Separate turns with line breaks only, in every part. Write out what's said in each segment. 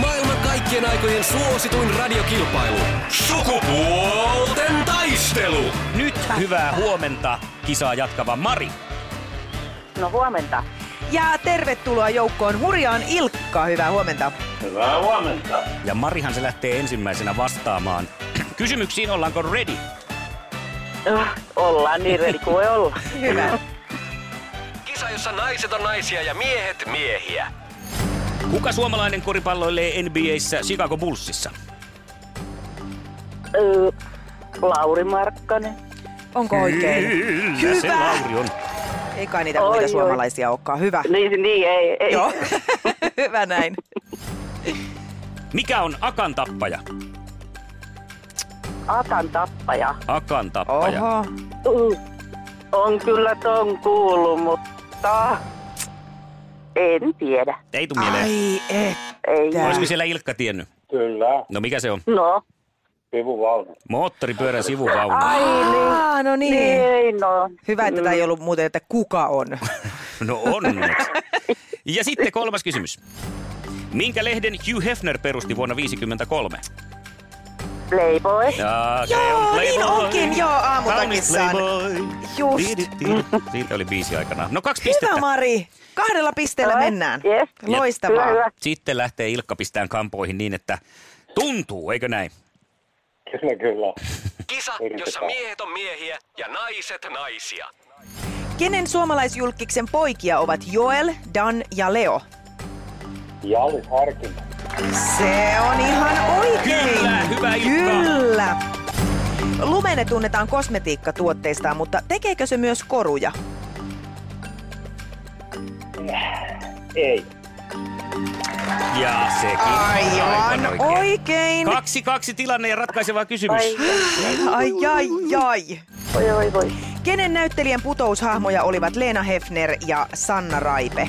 Maailman kaikkien aikojen suosituin radiokilpailu. Sukupuolten taistelu.
Nyt hyvää huomenta kisaa jatkava Mari.
No huomenta.
Ja tervetuloa joukkoon Hurjaan Ilkka, hyvää huomenta.
Hyvää huomenta.
Ja Marihan se lähtee ensimmäisenä vastaamaan. Kysymyksiin ollaanko ready?
Oh, ollaan niin ready kuin voi olla.
Hyvä.
Kisa, jossa naiset on naisia ja miehet miehiä.
Kuka suomalainen koripalloilee NBAissä Chicago Bullsissa?
Ö, Äh, Lauri Markkanen.
Onko oikein?
Kyllä se
Hyvä.
Lauri on.
Ei kai niitä
Oi,
muita
oi.
suomalaisia olekaan. Hyvä.
Niin, niin ei. ei.
Joo. Hyvä näin.
Mikä on Akan tappaja?
Akan tappaja.
Akan tappaja.
Oho.
Uh, on kyllä ton kuullut, mutta en tiedä.
Ei tuu mieleen.
Ai että.
Ei.
Olisiko siellä Ilkka tiennyt?
Kyllä,
No mikä se on?
No,
pivuvaunu.
Moottoripyörän sivuvaunu.
ai niin.
Aa, no
Niin,
niin.
ei no.
Hyvä, että tämä ei ollut muuten, että kuka on.
No onneksi. Ja sitten kolmas kysymys. Minkä lehden Hugh Hefner perusti vuonna 1953?
Mm, Playboy.
Jaa, se
Joo,
on
niin
Playboy.
onkin, joo, aamutakissaan.
Kaunis Playboy.
Just.
Siitä oli biisi aikana. No kaksi
Hyvä
pistettä.
Mari. Kahdella pisteellä
Oi,
mennään.
yes. Hyvä,
Loistavaa.
hyvä.
Sitten lähtee Ilkka pistään kampoihin niin, että tuntuu, eikö näin?
Kyllä, kyllä.
Kisa, jossa
Yritetään.
miehet on miehiä ja naiset naisia.
Kenen suomalaisjulkiksen poikia ovat Joel, Dan ja Leo?
Jali Harkimo.
Se on ihan oikein.
Kyllä, hyvä Ilkka.
Kyllä. Lumene tunnetaan kosmetiikkatuotteistaan, mutta tekeekö se myös koruja?
Ei.
Ja sekin.
Aivan oikein.
Kaksi, kaksi tilanne ja ratkaiseva kysymys.
Ai,
Ai, ai, ai.
voi, voi, voi.
Kenen näyttelijän putoushahmoja olivat Leena Hefner ja Sanna Raipe?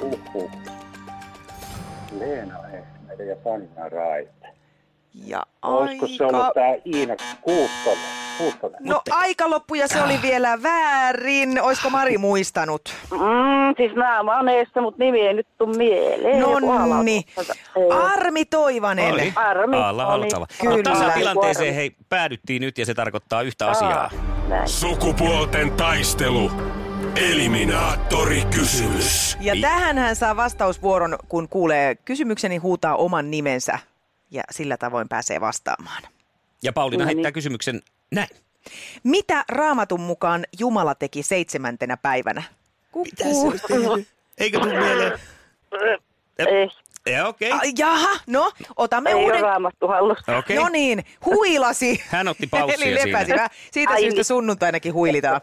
Uhu. Leena Hefner ja Sanna Raipe.
Ja
Olisiko se ollut
aika...
tää Iina Kuustonen? Kuustonen.
No aika loppu ja se oli vielä väärin. Oisko Mari muistanut?
Mm, siis naama on eessä, mutta nimi ei nyt tuu mieleen.
No Nonni.
Ar-
Armi Toivanen.
Oli.
Armi.
Alla haltava.
Kyllä.
No, tasatilanteeseen hei, päädyttiin nyt ja se tarkoittaa yhtä asiaa.
Näin.
Sukupuolten taistelu. Eliminaattori kysymys.
Niin.
Ja tähän hän saa vastausvuoron, kun kuulee kysymyksen, niin huutaa oman nimensä. Ja sillä tavoin pääsee vastaamaan.
Ja Pauliina
No niin.
heittää kysymyksen näin.
Mitä raamatun mukaan Jumala teki seitsemäntenä päivänä? Kukkuu.
Eikö tule mieleen?
Ei,
Ja okei.
Ah, Jaha, no, otamme
ei ole
uuden...
raamattu hallussa.
Okei.
No niin, huilasi.
Hän otti paussia
Eli lepäsi
siinä.
vähän. Siitä
Ai
syystä
niin.
sunnuntainakin huilitaan.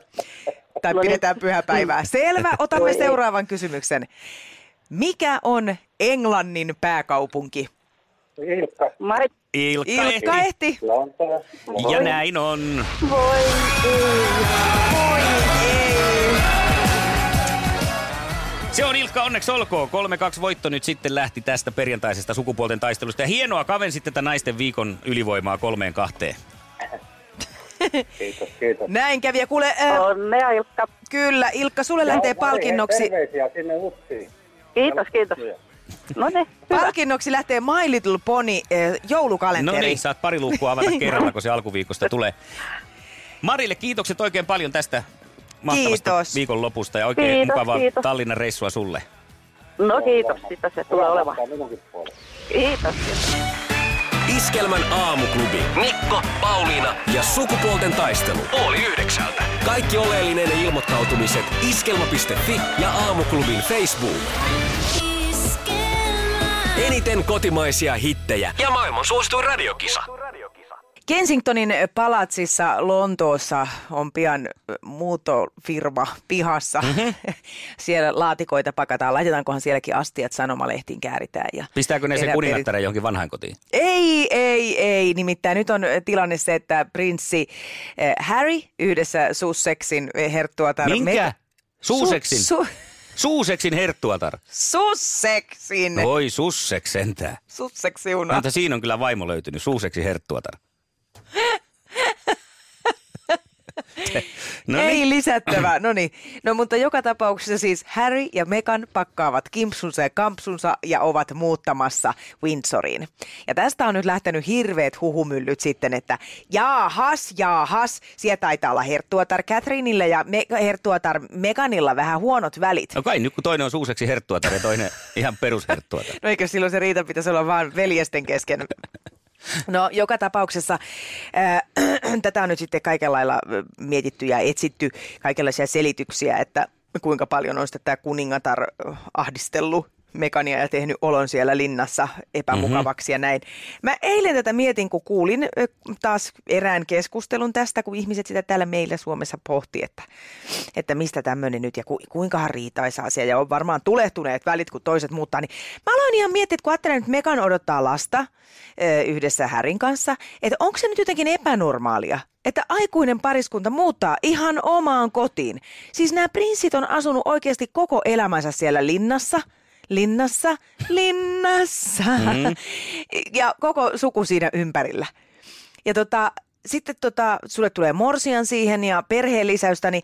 Tai
No niin.
pidetään pyhäpäivää. Selvä,
Voi
otamme
ei.
seuraavan kysymyksen. Mikä on Englannin pääkaupunki?
Ilkka.
Mari,
Ilkka,
Ilkka
ehti.
ehti.
Lantaa.
Ja näin on.
voi.
Se on Ilkka, onneksi olkoon. 3-2 voitto nyt sitten lähti tästä perjantaisesta sukupuolten taistelusta. Ja hienoa, kavensitte tätä naisten viikon ylivoimaa kolmeen kahteen.
Kiitos, kiitos.
Näin kävi. Ja kuule, äh,
Onnea Ilkka.
Kyllä, Ilkka, sulle lähtee
Ja Mari,
palkinnoksi.
Terveisiä sinne Utsiin.
Kiitos, kiitos. No niin, hyvä.
Palkinnoksi lähtee My Little Pony eh,
No
joulukalenteri.
niin, saat pari luukkua avata kerralla, kun se alkuviikosta tulee. Marille kiitokset oikein paljon tästä mahtavasta
Kiitos.
viikon lopusta ja oikein
Kiitos,
mukavaa
kiitos.
Tallinnan reissua sulle.
No kiitos, sitä se tulee olemaan.
Tää minunkin puolella.
Kiitos.
Iskelmän aamuklubi. Mikko, Pauliina ja sukupuolten taistelu. Oli yhdeksältä. Kaikki oleellinen ilmoittautumiset iskelma.fi ja aamuklubin Facebook. Eniten kotimaisia hittejä ja maailman suosituin radiokisa.
Kensingtonin eh, palatsissa Lontoossa on pian ö, muuttofirma pihassa.
Mhm.
Mm-hmm. Siellä laatikoita pakataan. Laitetaankohan sielläkin astiat sanomalehtiin kääritään. Ja
Pistääkö ne sen
tehdään perit-
kuningattaren johonkin vanhainkotiin?
ei, ei, ei. Nimittäin nyt on eh, tilanne se, että prinssi eh, Harry yhdessä Sussexin eh, herttuatar...
Minkä?
Meg-
Suuseksin.
Su- su-
Suuseksin herttuatar.
Sussexin. No.
Oi susseks sentään. No,
Sussexiuna.
mutta siinä on kyllä vaimo löytynyt, suuseksi herttuatar.
No niin. Ei lisättävää, no niin. No mutta joka tapauksessa siis Harry ja Megan pakkaavat kimpsunsa ja kampsunsa ja ovat muuttamassa Windsoriin. Ja tästä on nyt lähtenyt hirveät huhumyllyt sitten, että jaahas, jaahas, siellä taitaa olla herttuatar Catherineilla ja Me- herttuatar Meganilla vähän huonot välit.
No kai nyt kun toinen on suuseksi herttuatar ja toinen ihan perusherttuatar.
No eikö silloin se riita pitäisi olla vaan veljesten kesken? No joka tapauksessa ää, tätä on nyt sitten kaikella lailla ö, mietitty ja etsitty kaikenlaisia selityksiä, että kuinka paljon on sitten tämä kuningatar ö, ahdistellut mekania ja tehnyt olon siellä linnassa epämukavaksi mm-hmm. ja näin. Mä eilen tätä mietin, kun kuulin ö, taas erään keskustelun tästä, kun ihmiset sitä täällä meillä Suomessa pohti, että, että mistä tämmöinen nyt ja ku, kuinkahan riitaisa asia ja on varmaan tulehtuneet välit, kun toiset muuttaa. Niin mä aloin ihan miettiä, että kun ajattelen, että Mekan odottaa lasta ö, yhdessä Härin kanssa, että onko se nyt jotenkin epänormaalia, että aikuinen pariskunta muuttaa ihan omaan kotiin. Siis nämä prinssit on asunut oikeasti koko elämänsä siellä linnassa, linnassa, linnassa mm. ja koko suku siinä ympärillä. Ja tota, sitten tota, sulle tulee morsian siihen ja perheen lisäystä, niin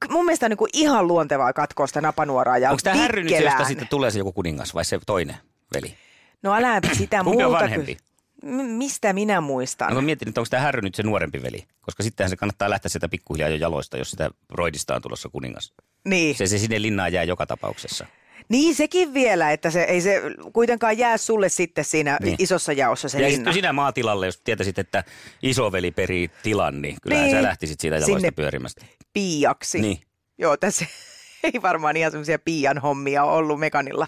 k- mun mielestä on niinku ihan luontevaa katkoa sitä napanuoraa ja
Onko tämä härry nyt se, josta
vikkelään.
sitten tulee se joku kuningas vai se toinen veli?
No älä sitä
Kumpi
muuta.
on
ky-
vanhempi?
M- mistä minä muistan?
No mä mietin, että onko tämä härry nyt se nuorempi veli, koska sittenhän se kannattaa lähteä sieltä pikkuhiljaa jo jaloista, jos sitä roidista on tulossa kuningas.
niin.
Se, se sinne linnaan jää joka tapauksessa.
Niin sekin vielä, että se ei se kuitenkaan jää sulle sitten siinä
Niin.
niin. isossa jaossa se
ja
linna.
sitten sinä maatilalle, jos tietäisit, että isoveli perii tilan, niin kyllähän
Niin.
sä lähtisit siitä jaloista
Sinne.
pyörimästä.
Piiaksi.
Niin.
Joo, tässä ei varmaan ihan semmoisia piian hommia ole ollut mekanilla.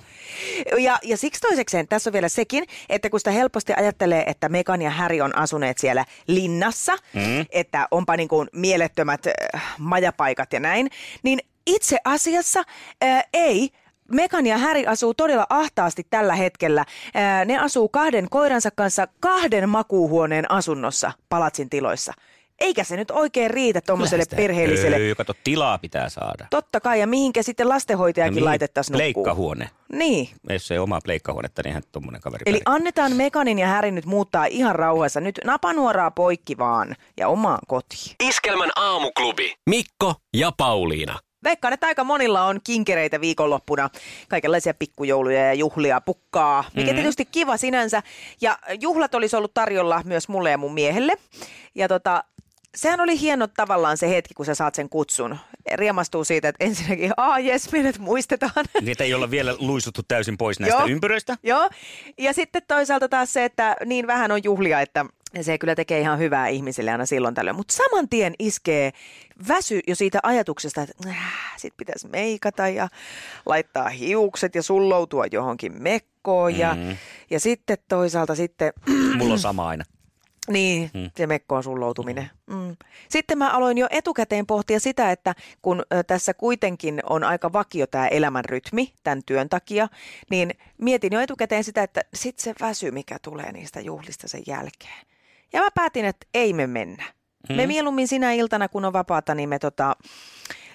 Ja, ja siksi toisekseen tässä on vielä sekin, että kun sitä helposti ajattelee, että Mekan ja Häri on asuneet siellä linnassa, mm. että onpa niin kuin mielettömät äh, majapaikat ja näin, niin itse asiassa äh, ei. Mekan ja Häri asuu todella ahtaasti tällä hetkellä. Ää, Ne asuu kahden koiransa kanssa kahden makuuhuoneen asunnossa palatsin tiloissa. Eikä se nyt oikein riitä tuommoiselle
Kyllähän sitä-
perheelliselle
Öö, kato, tilaa pitää saada.
Totta kai, ja mihinkä sitten lastenhoitajakin laitettaisiin nukkuun.
Leikkahuone.
Niin.
Jos ei ole omaa pleikkahuonetta, niin eihän tuommoinen kaveri
Eli
pärjää.
annetaan Mekanin ja Härin nyt muuttaa ihan rauhassa. Nyt napanuoraa poikki vaan ja omaan kotiin.
Iskelmän aamuklubi. Mikko ja Pauliina.
Veikkaan, että aika monilla on kinkereitä viikonloppuna. Kaikenlaisia pikkujouluja ja juhlia pukkaa, mikä mm-hmm. tietysti kiva sinänsä. Ja juhlat olisi ollut tarjolla myös mulle ja mun miehelle. Ja tota, sehän oli hieno tavallaan se hetki, kun sä saat sen kutsun. Riemastuu siitä, että ensinnäkin, aa jes, meidät muistetaan.
Niitä ei olla vielä luisuttu täysin pois näistä
Joo.
ympyröistä.
Joo, ja sitten toisaalta taas se, että niin vähän on juhlia, että se kyllä tekee ihan hyvää ihmisille aina silloin tällöin. Mutta saman tien iskee väsy jo siitä ajatuksesta, että äh, sit pitäisi meikata ja laittaa hiukset ja sulloutua johonkin mekkoon. Ja, mm. ja sitten toisaalta sitten
Mulla on sama aina.
niin, hmm. se mekkoon sulloutuminen. Mm. Sitten mä aloin jo etukäteen pohtia sitä, että kun ö, tässä kuitenkin on aika vakio tämä elämän rytmi tämän työn takia, niin mietin jo etukäteen sitä, että sit se väsy, mikä tulee niistä juhlista sen jälkeen. Ja mä päätin, että ei me mennä. Hmm. Me mieluummin sinä iltana, kun on vapaata, niin me tota,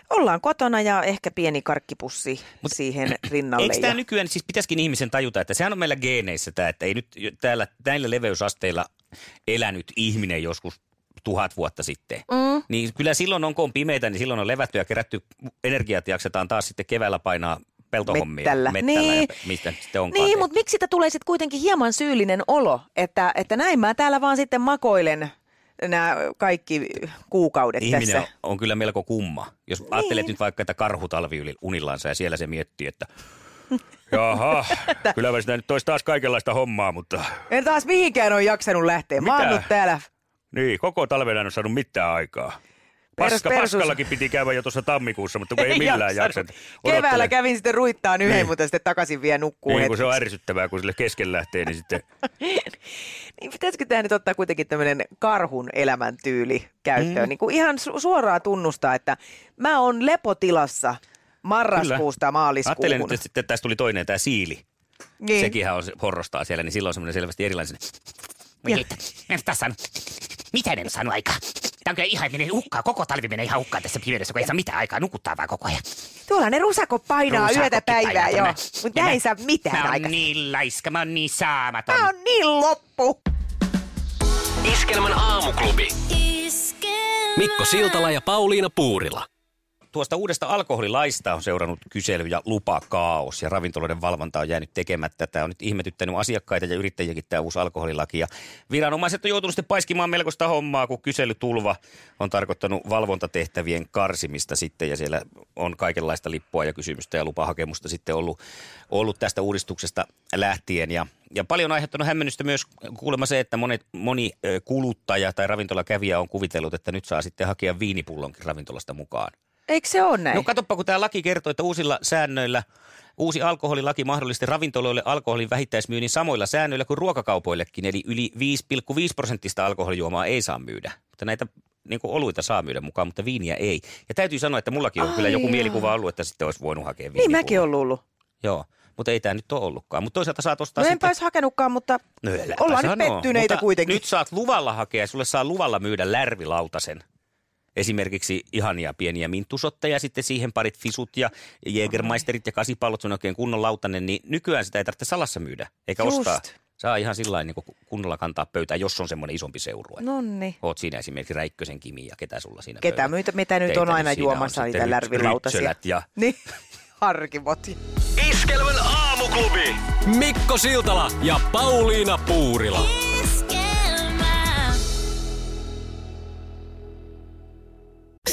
ollaan kotona ja ehkä pieni karkkipussi Mut, siihen rinnalle.
Eikö tämä
ja...
nykyään, siis pitäisikin ihmisen tajuta, että sehän on meillä geeneissä tämä, että ei nyt jo- täällä, näillä leveysasteilla elänyt ihminen joskus tuhat vuotta sitten. Mm. Niin kyllä silloin on, kun on pimeitä, niin silloin on levätty ja kerätty energiat jaksetaan taas sitten keväällä painaa peltohommia.
Mettällä.
Mettällä
Niin.
ja pe- mistä sitten onkaan.
Niin,
tehty.
mutta miksi sitä tulee sitten kuitenkin hieman syyllinen olo, että, että näin mä täällä vaan sitten makoilen nämä kaikki kuukaudet
Ihminen
tässä.
on, on kyllä melko kumma. Jos niin. ajattelet nyt vaikka, että karhu talvi yli unilansa ja siellä se miettii, että jaha, kyllä mä sitä nyt tois taas kaikenlaista hommaa, mutta
En taas mihinkään ole jaksanut lähteä. Mä oon
Mitä?
nyt täällä
niin, koko talven en ole saanut mitään aikaa. Paska,
Perus- persuus.
paskallakin piti käydä jo tuossa tammikuussa, mutta kun ei millään jaksanut.
Keväällä
Odottele.
kävin sitten ruittaan yhden,
Niin.
niin. mutta sitten takaisin vielä nukkuu
Niin, kun se on
hetkeksi.
ärsyttävää, kun sille kesken lähtee, niin sitten...
niin pitäisikö tämä nyt ottaa kuitenkin tämmöinen karhun elämäntyyli käyttöön? Mm. Niin kuin ihan su- suoraan tunnustaa, että mä oon lepotilassa
Kyllä.
marraskuusta
Ajattelin
maaliskuuhun.
nyt, että sitten tästä tuli toinen, tämä siili.
niin.
Sekinhän on, se- horrostaa siellä, niin silloin on semmoinen selvästi erilainen.
Voi että, en taas saanut. Mitä en saanut aikaa? Tämä on kyllä ihan, menee hukkaa. Koko talvi menee ihan hukkaan tässä pimeydessä, kun ei saa mitään aikaa. Nukuttaa vaan koko ajan.
Tuolla ne rusakot painaa
Ruusaa
yötä
kokki
päivää,
painaa
joo.
tonne.
Mutta
Ja
tää
mä-
ei saa
Mä
mitään
oon
aikaa.
niin laiska, mä oon niin saamaton.
Tää on niin loppu.
Iskelmän aamuklubi. Mikko Siltala ja Pauliina Puurila.
Tuosta uudesta alkoholilaista on seurannut kysely ja lupakaos ja ravintoloiden valvonta on jäänyt tekemättä. Tämä on nyt ihmetyttänyt asiakkaita ja yrittäjiäkin tämä uusi alkoholilaki. Ja viranomaiset on joutunut sitten paiskimaan melkoista hommaa, kun kyselytulva on tarkoittanut valvontatehtävien karsimista sitten. Ja siellä on kaikenlaista lippua ja kysymystä ja lupahakemusta sitten ollut, ollut tästä uudistuksesta lähtien. Ja, ja paljon on aiheuttanut hämmennystä myös kuulemma se, että monet, moni ö, kuluttaja tai ravintolakävijä on kuvitellut, että nyt saa sitten hakea viinipullonkin ravintolasta mukaan.
Eikö se ole näin?
No katoppa, kun tämä laki kertoo, että uusilla säännöillä uusi alkoholilaki mahdollisti ravintoloille alkoholin vähittäismyynnin samoilla säännöillä kuin ruokakaupoillekin, eli yli 5,5 prosenttista alkoholijuomaa ei saa myydä. Mutta näitä niin kuin oluita saa myydä mukaan, mutta viiniä ei. Ja täytyy sanoa, että mullakin on kyllä joku
Ai
mielikuva ollut, että sitten olisi voinut hakea viiniä.
niin mäkin oon luullut.
Joo, mutta ei tämä nyt ole ollutkaan. Mutta toisaalta saat ostaa
No enpä
sitten...
ois hakenutkaan, mutta
No äläpä
ollaan nyt
sano,
pettyneitä
mutta
kuitenkin.
Nyt saat luvalla hakea, sulle saa luvalla myydä lärvilautasen. Esimerkiksi ihania pieniä minttusotteja, sitten siihen parit fisut ja jägermeisterit ja kasipallot, sun oikein kunnon lautanen, niin nykyään sitä ei tarvitse salassa myydä, eikä
Just.
ostaa. Saa ihan sillä niin kunnolla kantaa pöytään, jos on semmoinen isompi seurue.
Nonni.
Oot siinä esimerkiksi Räikkösen Kimi ja ketä sulla siinä
No. Ketä
pöydällä?
myitä, mitä nyt
Teitä,
on
niin
aina
siinä
juomassa
on sitten
niitä
ryt-
lärvilautasia.
rytsölät ja
Niin, harkimot.
Iskelmän aamuklubi. Mikko Siltala ja Pauliina Puurila.